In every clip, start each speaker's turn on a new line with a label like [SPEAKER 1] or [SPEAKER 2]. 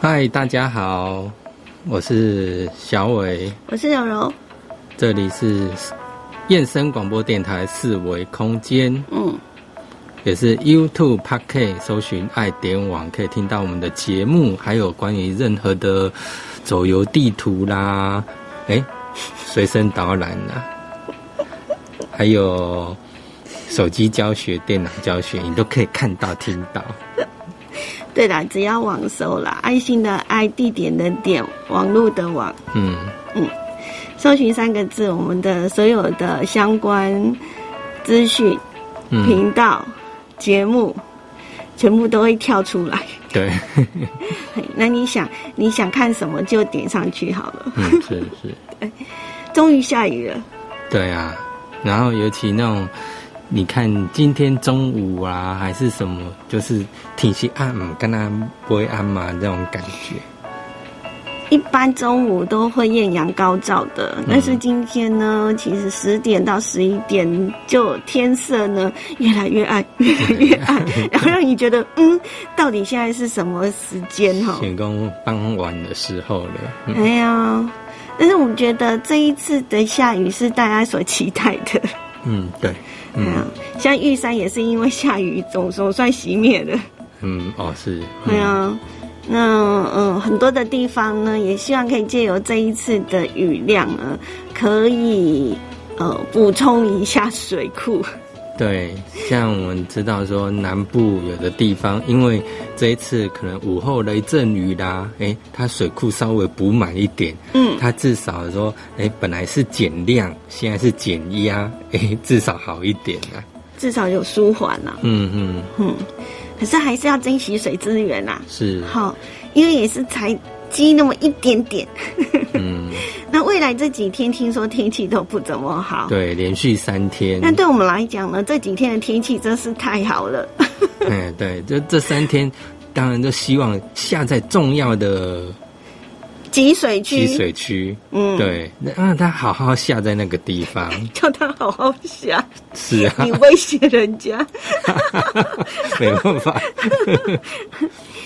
[SPEAKER 1] 嗨，大家好，我是小伟，
[SPEAKER 2] 我是柔柔，
[SPEAKER 1] 这里是燕声广播电台四维空间，
[SPEAKER 2] 嗯，
[SPEAKER 1] 也是 YouTube p a c k e 搜寻爱点网，可以听到我们的节目，还有关于任何的走游地图啦，哎，随身导览啦，还有手机教学、电脑教学，你都可以看到、听到。
[SPEAKER 2] 对啦，只要网搜啦，爱心的爱，地点的点，网络的网，
[SPEAKER 1] 嗯，
[SPEAKER 2] 搜寻三个字，我们的所有的相关资讯、
[SPEAKER 1] 嗯
[SPEAKER 2] 频道、节目，全部都会跳出来。
[SPEAKER 1] 对，
[SPEAKER 2] 嘿那你想你想看什么就点上去好了。
[SPEAKER 1] 嗯，是是。
[SPEAKER 2] 终于下雨了，
[SPEAKER 1] 对啊，然后尤其那种，你看今天中午啊，还是什么，就是挺是暗，跟他不会暗嘛这种感觉。
[SPEAKER 2] 一般中午都会艳阳高照的，但
[SPEAKER 1] 嗯
[SPEAKER 2] 是今天呢，其实十点到十一点就天色呢 越来越 暗，越来越暗，然后让你觉得嗯，到底现在是什么时间哈？
[SPEAKER 1] 选工傍晚的时候了，嗯
[SPEAKER 2] 哎呀，但是我觉得这一次的下雨是大家所期待的，
[SPEAKER 1] 嗯，对，
[SPEAKER 2] 哎
[SPEAKER 1] 嗯
[SPEAKER 2] 呀，像玉山也是因为下雨总总算熄灭了。
[SPEAKER 1] 嗯，哦是，
[SPEAKER 2] 对啊，那嗯，很多的地方呢，也希望可以借由这一次的雨量呢，可以呃补充一下水库。
[SPEAKER 1] 对，像我们知道说南部有的地方，因为这一次可能午后雷阵雨啦，诶，它水库稍微补满一点，
[SPEAKER 2] 嗯，
[SPEAKER 1] 它至少说，诶，本来是减量，现在是减压，诶，至少好一点啊。
[SPEAKER 2] 至少有舒缓啦、
[SPEAKER 1] 嗯嗯，
[SPEAKER 2] 嗯，可是还是要珍惜水资源啦、
[SPEAKER 1] 是，
[SPEAKER 2] 好，因为也是才积那么一点点。
[SPEAKER 1] 嗯，
[SPEAKER 2] 那未来这几天听说天气都不怎么好。
[SPEAKER 1] 对，连续三天，
[SPEAKER 2] 那对我们来讲呢，这几天的天气真是太好了。
[SPEAKER 1] 嗯，对，这这三天，当然都希望下在重要的
[SPEAKER 2] 集水区，
[SPEAKER 1] 集水区，
[SPEAKER 2] 嗯，，
[SPEAKER 1] 对，那让它好好下在那个地方，
[SPEAKER 2] 叫他好好想，
[SPEAKER 1] 是啊
[SPEAKER 2] 你，威胁人家。
[SPEAKER 1] 没办法，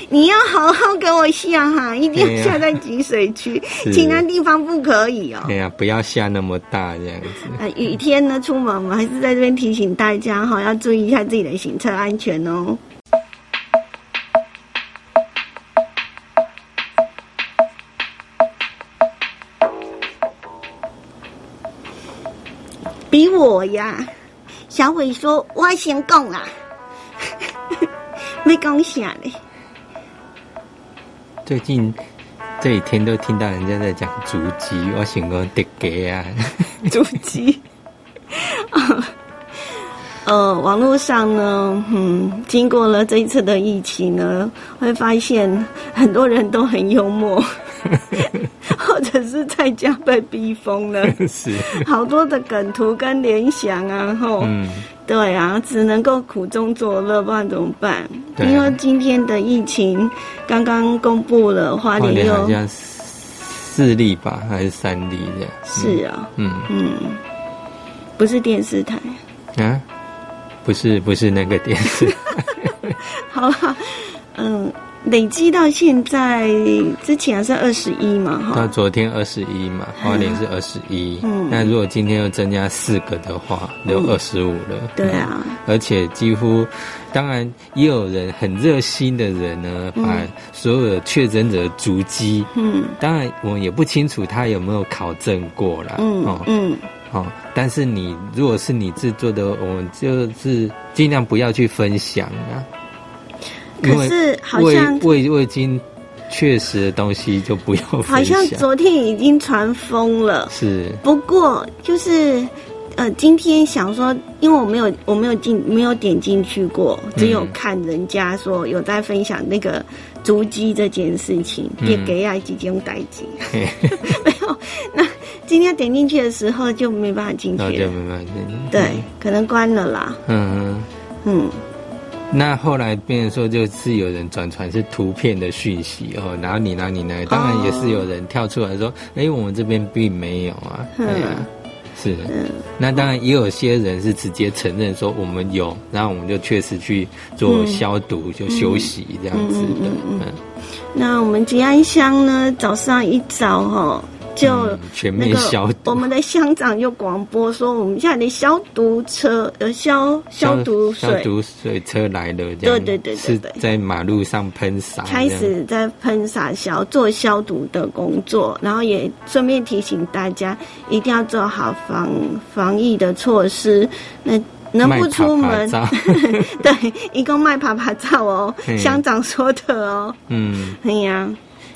[SPEAKER 2] 你要好好给我下哈，一定
[SPEAKER 1] 对
[SPEAKER 2] 要
[SPEAKER 1] 呀
[SPEAKER 2] 下在集水区，
[SPEAKER 1] 是
[SPEAKER 2] 其他地方不可以哦
[SPEAKER 1] 哎。呀，不要下那么大这样子，
[SPEAKER 2] 呃，雨天呢，出门我们还是在这边提醒大家哈、要注意一下自己的行车安全哦。比我呀，小伟说我先讲啦， 没讲啥嘞。
[SPEAKER 1] 最近。这几天都听到人家在讲足迹，我想讲得给啊，
[SPEAKER 2] 主机。呃，网络上呢，嗯，经过了这一次的疫情呢，会发现很多人都很幽默， 或者是在家被逼疯了，
[SPEAKER 1] 是，
[SPEAKER 2] 好多的梗图跟联想啊，吼，
[SPEAKER 1] 嗯，
[SPEAKER 2] 对啊，只能够苦中作乐，不然怎么办？
[SPEAKER 1] 对啊
[SPEAKER 2] 因为今天的疫情刚刚公布了，花
[SPEAKER 1] 花
[SPEAKER 2] 莲
[SPEAKER 1] 莲好
[SPEAKER 2] 又
[SPEAKER 1] 像四例吧，还是三例这样，
[SPEAKER 2] 是啊，
[SPEAKER 1] 嗯。
[SPEAKER 2] 嗯，不是电视台。
[SPEAKER 1] 啊，不是不是那个电 视，
[SPEAKER 2] 好了， 嗯，累积到现在之前是二十一嘛，
[SPEAKER 1] 到
[SPEAKER 2] 哈，
[SPEAKER 1] 昨天二十一嘛，花莲是二十一
[SPEAKER 2] 嗯，
[SPEAKER 1] 那如果今天又增加四个的话，就二十五了。
[SPEAKER 2] 对啊，
[SPEAKER 1] 而且几乎，当然也有人很热心的人呢，把所有的确诊者的足迹，
[SPEAKER 2] 嗯
[SPEAKER 1] 当然我们也不清楚他有没有考证过啦，
[SPEAKER 2] 嗯嗯，
[SPEAKER 1] 哦，但是你如果是你制作的，我们就是尽量不要去分享啊。
[SPEAKER 2] 可
[SPEAKER 1] 因为
[SPEAKER 2] 是好
[SPEAKER 1] 味
[SPEAKER 2] 像
[SPEAKER 1] 味味精确实的东西就不要分享。
[SPEAKER 2] 好像昨天已经传疯了，
[SPEAKER 1] 是
[SPEAKER 2] 不过就是。呃，今天想说，因为我没有我没有进没有点进去过，只有
[SPEAKER 1] 嗯
[SPEAKER 2] 看人家说有在分享那个足迹这件事情，也给爱几种代际，
[SPEAKER 1] 嗯嘿
[SPEAKER 2] 没有。那今天点进去的时候就没办法进
[SPEAKER 1] 那
[SPEAKER 2] 去
[SPEAKER 1] 就
[SPEAKER 2] 了，
[SPEAKER 1] 没办法。
[SPEAKER 2] 对，可能关了啦，
[SPEAKER 1] 嗯，
[SPEAKER 2] 嗯。
[SPEAKER 1] 那后来变成说，就是有人转传是图片的讯息哦，然后你拿你拿，当然也是有人跳出来说，哎、我们这边并没有啊，
[SPEAKER 2] 哦嗯
[SPEAKER 1] 对啊。是，那当然也有些人是直接承认说我们有，
[SPEAKER 2] 嗯
[SPEAKER 1] 然后我们就确实去做消毒、就休息这样子的，嗯
[SPEAKER 2] 那我们吉安乡呢，早上一早哈、哦，就、
[SPEAKER 1] 嗯全
[SPEAKER 2] 那
[SPEAKER 1] 面
[SPEAKER 2] 个
[SPEAKER 1] 消
[SPEAKER 2] 我
[SPEAKER 1] 毒，
[SPEAKER 2] 们的乡长就广播说，我们现在的消毒车呃消消毒水
[SPEAKER 1] 消毒水车来了，这样
[SPEAKER 2] 对对对对
[SPEAKER 1] 是
[SPEAKER 2] 对
[SPEAKER 1] 在马路上喷洒，
[SPEAKER 2] 开始在喷洒消做消毒的工作，然后也顺便提醒大家一定要做好防防疫的措施。那
[SPEAKER 1] 这样
[SPEAKER 2] 能不出
[SPEAKER 1] 卖
[SPEAKER 2] 门，
[SPEAKER 1] 爬爬照
[SPEAKER 2] 对，一共卖爬爬照哦
[SPEAKER 1] 嘿，
[SPEAKER 2] 乡长说的哦，
[SPEAKER 1] 嗯。
[SPEAKER 2] 哎呀、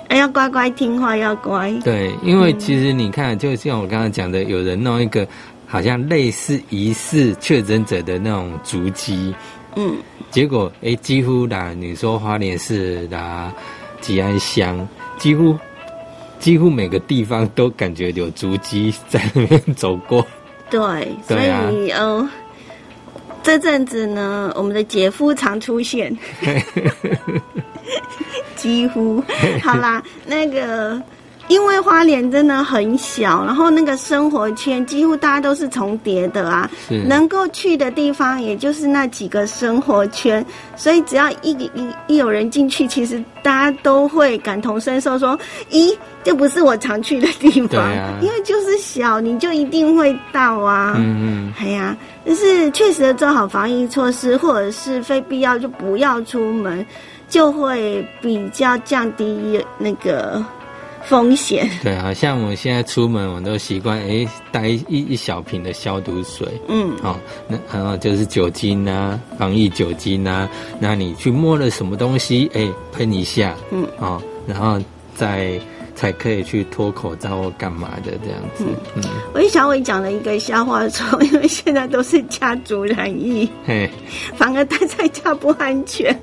[SPEAKER 2] 哎要乖乖听话，要乖。
[SPEAKER 1] 对，因为其实你看，就像我刚刚讲的，有人弄一个好像类似疑似确诊者的那种足迹，
[SPEAKER 2] 嗯，
[SPEAKER 1] 结果诶，几乎啦，你说花莲市啦、吉安乡，几乎几乎每个地方都感觉有足迹在那边走过。
[SPEAKER 2] 对，所
[SPEAKER 1] 对啊
[SPEAKER 2] 以、呃，这阵子呢，我们的姐夫常出 现，几 乎好啦，那个。因为花莲真的很小，然后那个生活圈几乎大家都是重叠的啊，
[SPEAKER 1] 是
[SPEAKER 2] 能够去的地方也就是那几个生活圈，所以只要一一一有人进去，其实大家都会感同身受说，咦，这不是我常去的地
[SPEAKER 1] 对
[SPEAKER 2] 方，
[SPEAKER 1] 啊
[SPEAKER 2] 因为就是小，你就一定会到啊。
[SPEAKER 1] 嗯嗯，
[SPEAKER 2] 哎呀，就是确实的做好防疫措施，或者是非必要就不要出门，就会比较降低那个风险。
[SPEAKER 1] 对啊，像我现在出门，我都习惯诶带一一一小瓶的消毒水。
[SPEAKER 2] 嗯，
[SPEAKER 1] 哦，那然后就是酒精啊，防疫酒精啊，那你去摸了什么东西，哎、喷一下，
[SPEAKER 2] 嗯，
[SPEAKER 1] 哦，然后再才可以去脱口罩或干嘛的这样子，嗯，
[SPEAKER 2] 我小伟讲了一个笑话说因为现在都是家族染疫，
[SPEAKER 1] 嘿，
[SPEAKER 2] 反而待在家不安 全。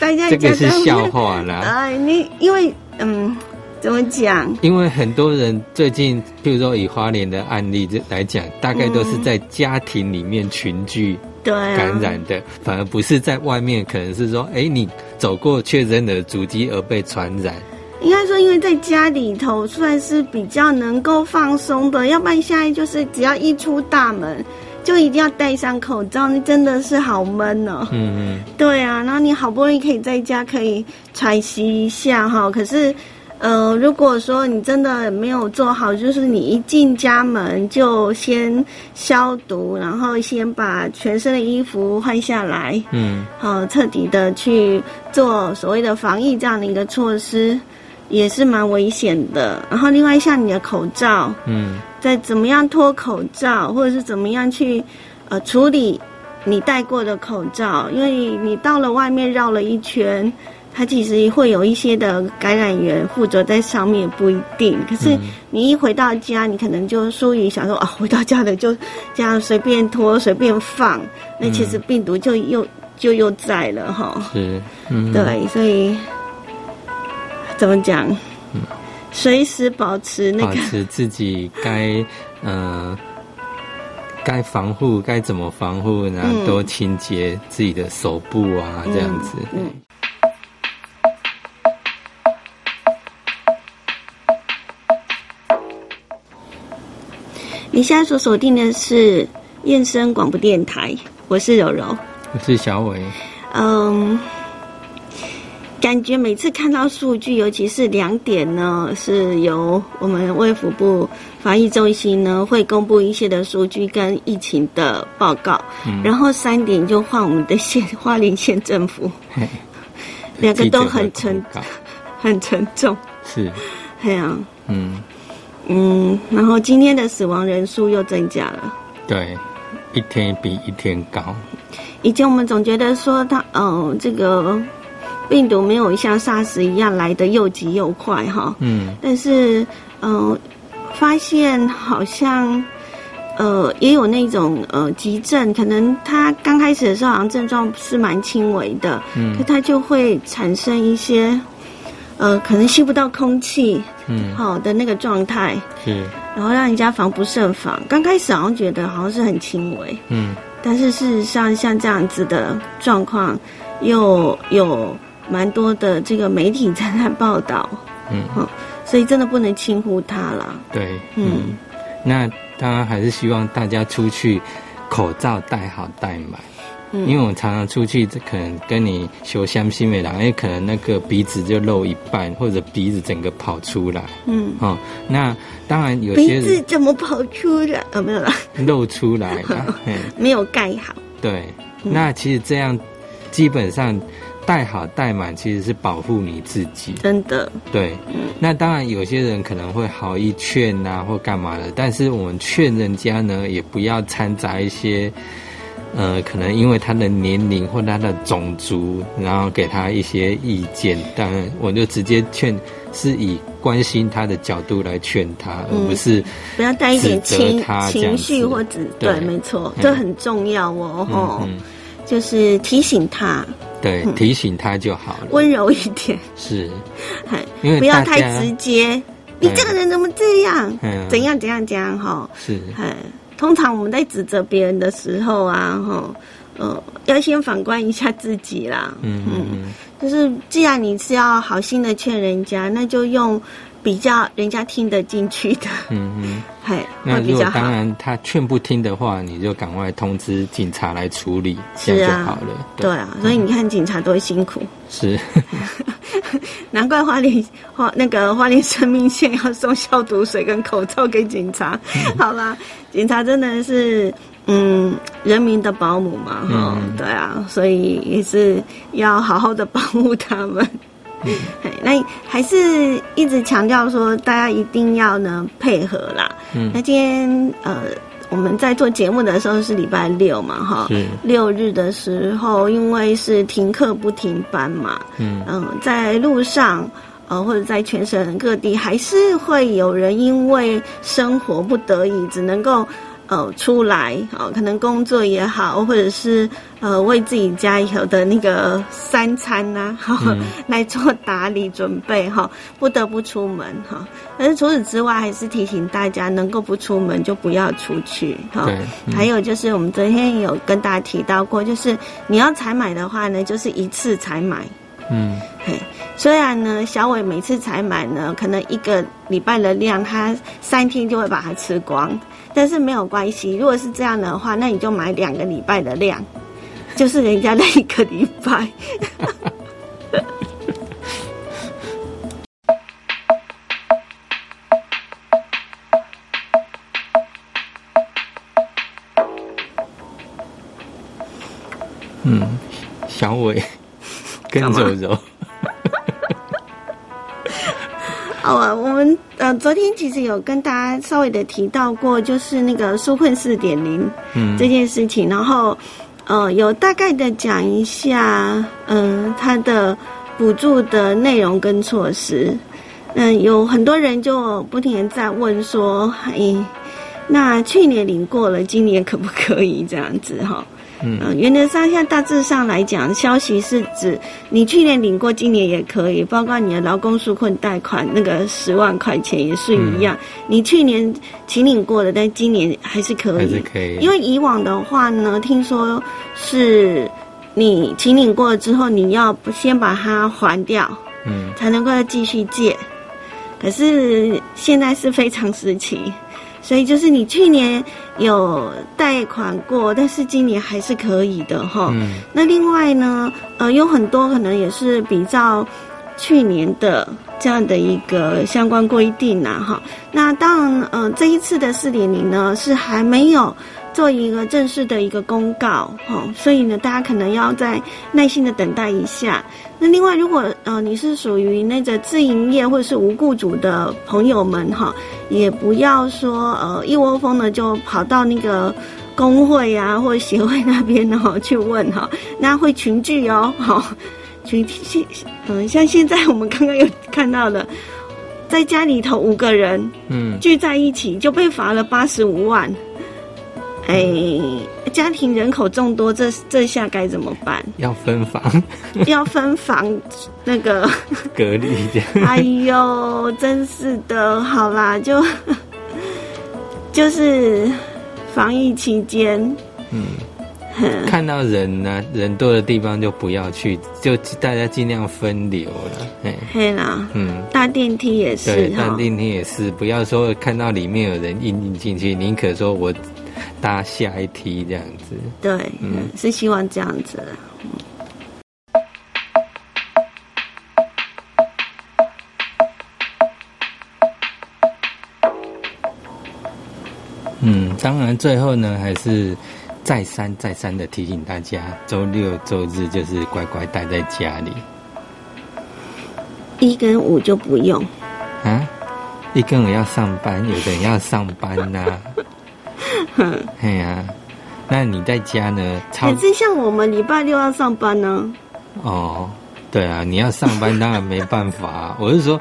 [SPEAKER 2] 待在
[SPEAKER 1] 这
[SPEAKER 2] 家
[SPEAKER 1] 个是
[SPEAKER 2] 当
[SPEAKER 1] 笑话 啊啦，
[SPEAKER 2] 哎，你因为嗯，怎么讲？
[SPEAKER 1] 因为很多人最近，譬如说以花莲的案例就来讲，大概都是在家庭里面群聚
[SPEAKER 2] 对、啊，
[SPEAKER 1] 感染的，反而不是在外面，可能是说，哎、你走过确诊的足迹而被传染，
[SPEAKER 2] 应该说，因为在家里头算是比较能够放松的，要不然现在就是只要一出大门，就一定要戴上口罩，那真的是好闷哦。
[SPEAKER 1] 嗯嗯。
[SPEAKER 2] 对啊，然后你好不容易可以在家可以喘息一下哈，可是，呃，如果说你真的没有做好，就是你一进家门就先消毒，然后先把全身的衣服换下来，
[SPEAKER 1] 嗯
[SPEAKER 2] 呃，彻底的去做所谓的防疫这样的一个措施，也是蛮危险的。然后另外像你的口罩，
[SPEAKER 1] 嗯
[SPEAKER 2] 再怎么样脱口罩，或者是怎么样去呃处理你戴过的口罩，因为你到了外面绕了一圈，它其实会有一些的感染源附着在上面，不一定。可是你一回到家，你可能就疏于想说啊，回到家了就这样随便脱随便放，那其实病毒就又就又在了哈。
[SPEAKER 1] 是，嗯，
[SPEAKER 2] 对，所以怎么讲？随时保持那
[SPEAKER 1] 保
[SPEAKER 2] 个
[SPEAKER 1] 持自己该呃该防护该怎么防护呢？
[SPEAKER 2] 嗯
[SPEAKER 1] 多清洁自己的手部啊，这样子。
[SPEAKER 2] 嗯你现在所锁定的是燕声广播电台，我是柔柔。
[SPEAKER 1] 我是小伟，
[SPEAKER 2] 嗯，感觉每次看到数据，尤其是两点呢，是由我们卫福部防疫中心呢会公布一些的数据跟疫情的报告，
[SPEAKER 1] 嗯
[SPEAKER 2] 然后三点就换我们的县花莲县政府， 两个都很
[SPEAKER 1] 记者会
[SPEAKER 2] 沉
[SPEAKER 1] 公告
[SPEAKER 2] 很沉重，
[SPEAKER 1] 是，
[SPEAKER 2] 哎呀、
[SPEAKER 1] 嗯，
[SPEAKER 2] 嗯，然后今天的死亡人数又增加了。
[SPEAKER 1] 对，一天比一天高，
[SPEAKER 2] 以前我们总觉得说它，呃，这个病毒没有像 SARS 一样来的又急又快哈，
[SPEAKER 1] 嗯
[SPEAKER 2] 但是，呃，发现好像，呃，也有那种呃急症，可能它刚开始的时候好像症状是蛮轻微的，可
[SPEAKER 1] 嗯
[SPEAKER 2] 它就会产生一些，呃，可能吸不到空气
[SPEAKER 1] 嗯，
[SPEAKER 2] 好的那个状态，
[SPEAKER 1] 是，
[SPEAKER 2] 然后让人家防不胜防。刚开始好像觉得好像是很轻微，
[SPEAKER 1] 嗯
[SPEAKER 2] 但是事实上，像这样子的状况，又有蛮多的这个媒体在那报道，
[SPEAKER 1] 嗯，
[SPEAKER 2] 所以真的不能轻忽它啦。
[SPEAKER 1] 对，
[SPEAKER 2] 嗯
[SPEAKER 1] 嗯，那当然还是希望大家出去口罩戴好戴满，
[SPEAKER 2] 嗯
[SPEAKER 1] 因为我常常出去，这可能跟你修香西美郎，哎，可能那个鼻子就露一半，或者鼻子整个跑出来，
[SPEAKER 2] 嗯，
[SPEAKER 1] 哦，那当然有些
[SPEAKER 2] 鼻子
[SPEAKER 1] 人
[SPEAKER 2] 怎么跑出来？呃，没有啦，
[SPEAKER 1] 露出来 了，嘿
[SPEAKER 2] 没有盖好。
[SPEAKER 1] 对，
[SPEAKER 2] 嗯
[SPEAKER 1] 那其实这样基本上戴好戴满其实是保护你自己，
[SPEAKER 2] 真的，
[SPEAKER 1] 对，那当然有些人可能会好意劝呐、或干嘛的，但是我们劝人家呢，也不要掺杂一些，呃，可能因为他的年龄或他的种族，然后给他一些意见。当然，我就直接劝，是以关心他的角度来劝他，而不是
[SPEAKER 2] 不要带一点
[SPEAKER 1] 指责
[SPEAKER 2] 情
[SPEAKER 1] 他这样子
[SPEAKER 2] 情绪或指
[SPEAKER 1] 对
[SPEAKER 2] 对，没错，
[SPEAKER 1] 嗯
[SPEAKER 2] 这很重要哦。嗯吼、
[SPEAKER 1] 嗯
[SPEAKER 2] 就是提醒他
[SPEAKER 1] 对提醒他就好了。
[SPEAKER 2] 温柔一点，
[SPEAKER 1] 是，
[SPEAKER 2] 嘿
[SPEAKER 1] 因为
[SPEAKER 2] 不要
[SPEAKER 1] 大
[SPEAKER 2] 太
[SPEAKER 1] 家
[SPEAKER 2] 直接。你这个人怎么这样？
[SPEAKER 1] 嗯
[SPEAKER 2] 怎样怎样怎样？哈，
[SPEAKER 1] 是
[SPEAKER 2] 哎，通常我们在指责别人的时候啊，哈，呃，要先反观一下自己啦。
[SPEAKER 1] 嗯嗯嗯
[SPEAKER 2] 就是既然你是要好心的劝人家，那就用比较人家听得进去的，
[SPEAKER 1] 嗯嗯。
[SPEAKER 2] 嘿，
[SPEAKER 1] 那
[SPEAKER 2] 会
[SPEAKER 1] 如
[SPEAKER 2] 比
[SPEAKER 1] 果
[SPEAKER 2] 较
[SPEAKER 1] 当
[SPEAKER 2] 好。
[SPEAKER 1] 然他劝不听的话，你就赶快通知警察来处理，这
[SPEAKER 2] 是
[SPEAKER 1] 样
[SPEAKER 2] 啊
[SPEAKER 1] 就好了。
[SPEAKER 2] 对，啊，所以你看警察多辛苦，
[SPEAKER 1] 是，
[SPEAKER 2] 难怪花莲花那个花莲生命线要送消毒水跟口罩给警察。好啦，警察真的是嗯人民的保姆嘛，哈、
[SPEAKER 1] 嗯
[SPEAKER 2] 对啊，所以也是要好好的保护他们。 嘿那还是一直强调说，大家一定要呢配合啦。
[SPEAKER 1] 嗯
[SPEAKER 2] 那今天呃，我们在做节目的时候是礼拜六嘛，哈
[SPEAKER 1] 是，
[SPEAKER 2] 六日的时候，因为是停课不停班嘛，
[SPEAKER 1] 嗯
[SPEAKER 2] 嗯、在路上。呃，或者在全省各地，还是会有人因为生活不得已，只能够呃出来，哦、可能工作也好，或者是呃为自己家以后的那个三餐呐、 哈、
[SPEAKER 1] 嗯
[SPEAKER 2] 来做打理准备哈、不得不出门哈、但是除此之外，还是提醒大家，能够不出门就不要出去哈。
[SPEAKER 1] 对，嗯
[SPEAKER 2] 还有就是，我们昨天有跟大家提到过，就是你要采买的话呢，就是一次采买。
[SPEAKER 1] 嗯
[SPEAKER 2] 嘿，虽然呢，小伟每次采买呢，可能一个礼拜的量，他三天就会把它吃光，但是没有关系。如果是这样的话，那你就买两个礼拜的量，就是人家的一个礼拜。
[SPEAKER 1] 嗯，小 伟跟
[SPEAKER 2] 干嘛
[SPEAKER 1] 柔柔，
[SPEAKER 2] 好啊，我们呃昨天其实有跟大家稍微的提到过，就是那个纾困四点零
[SPEAKER 1] 嗯
[SPEAKER 2] 这件事情，然后呃有大概的讲一下，嗯、它的补助的内容跟措施。嗯，有很多人就不停地在问说，哎，那去年领过了，今年可不可以这样子哈？
[SPEAKER 1] 嗯
[SPEAKER 2] 呃原则上，像大致上来讲，消息是指你去年领过，今年也可以，包括你的劳工纾困贷款那个十万块钱也是一样，你去年请领过的，但今年还是可
[SPEAKER 1] 嗯还是
[SPEAKER 2] 以。
[SPEAKER 1] 可以，
[SPEAKER 2] 因为以往的话呢，听说是你请领过了之后，你要先把它还掉，
[SPEAKER 1] 嗯
[SPEAKER 2] 才能够继续借。可是现在是非常时期，所以就是你去年有贷款过，但是今年还是可以的哈。
[SPEAKER 1] 嗯
[SPEAKER 2] 那另外呢，呃，有很多可能也是比较去年的这样的一个相关规定呐、哈。那当然，呃，这一次的四点零呢是还没有做一个正式的一个公告哈、哦，所以呢，大家可能要再耐心的等待一下。那另外，如果呃你是属于那个自营业或者是无雇主的朋友们哈、也不要说呃一窝蜂的就跑到那个工会啊或者协会那边哦去问哈、 那会群聚哦，好、群现嗯像现在我们刚刚有看到了，在家里头五个人
[SPEAKER 1] 嗯，
[SPEAKER 2] 聚在一起就被罚了八十五万，哎，家庭人口众多，这这下该怎么办？
[SPEAKER 1] 要分房
[SPEAKER 2] 要分房那个。
[SPEAKER 1] 隔离 这样，
[SPEAKER 2] 哎呦，真是的，好啦，就 就是防疫期间，
[SPEAKER 1] 嗯。看到人呢、人多的地方就不要去，就大家尽量分流了。哎，
[SPEAKER 2] 嘿啦，
[SPEAKER 1] 嗯，
[SPEAKER 2] 搭电梯也
[SPEAKER 1] 对
[SPEAKER 2] 是，啊
[SPEAKER 1] 但
[SPEAKER 2] 哈，
[SPEAKER 1] 今天也是，不要说看到里面有人硬硬进去，宁可说我搭下一梯这样子。
[SPEAKER 2] 对，
[SPEAKER 1] 嗯
[SPEAKER 2] 是希望这样子。
[SPEAKER 1] 嗯，当然最后呢，还是再三再三的提醒大家，周六周日就是乖乖待在家里
[SPEAKER 2] 一跟五就不用，
[SPEAKER 1] 啊。一个人要上班，有的人要上班 呐、嘿呀、那你在家呢？超
[SPEAKER 2] 可是像我们礼拜六要上班呢，
[SPEAKER 1] 哦，对啊，你要上班当然没办法、啊 我是说，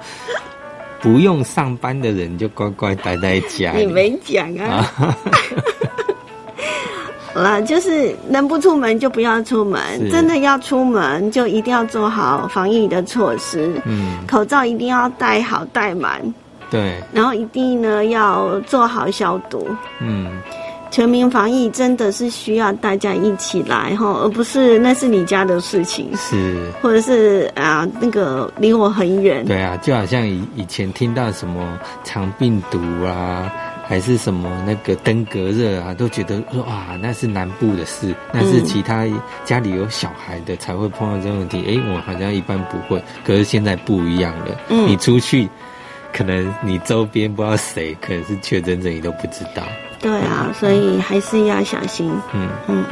[SPEAKER 1] 不用上班的人就乖乖待在家里。
[SPEAKER 2] 你没讲啊。
[SPEAKER 1] 哎啊？
[SPEAKER 2] 好啦，就是能不出门就不要出门
[SPEAKER 1] 是，
[SPEAKER 2] 真的要出门就一定要做好防疫的措施，
[SPEAKER 1] 嗯，
[SPEAKER 2] 口罩一定要戴好戴满，
[SPEAKER 1] 对，
[SPEAKER 2] 然后一定呢要做好消毒。
[SPEAKER 1] 嗯，
[SPEAKER 2] 全民防疫真的是需要大家一起来哈，而不是那是你家的事情，
[SPEAKER 1] 是。
[SPEAKER 2] 或者是啊那个离我很远。
[SPEAKER 1] 对啊，就好像以以前听到什么肠病毒啊，还是什么那个登革热啊，都觉得说啊，那是南部的事，那是其他家里有小孩的才会碰到这个问题。诶，我好像一般不会，可是现在不一样了。
[SPEAKER 2] 嗯
[SPEAKER 1] 你出去，可能你周边不知道谁，可能是确诊者，你都不知道。
[SPEAKER 2] 对啊，所以还是要小心。
[SPEAKER 1] 嗯，
[SPEAKER 2] 嗯，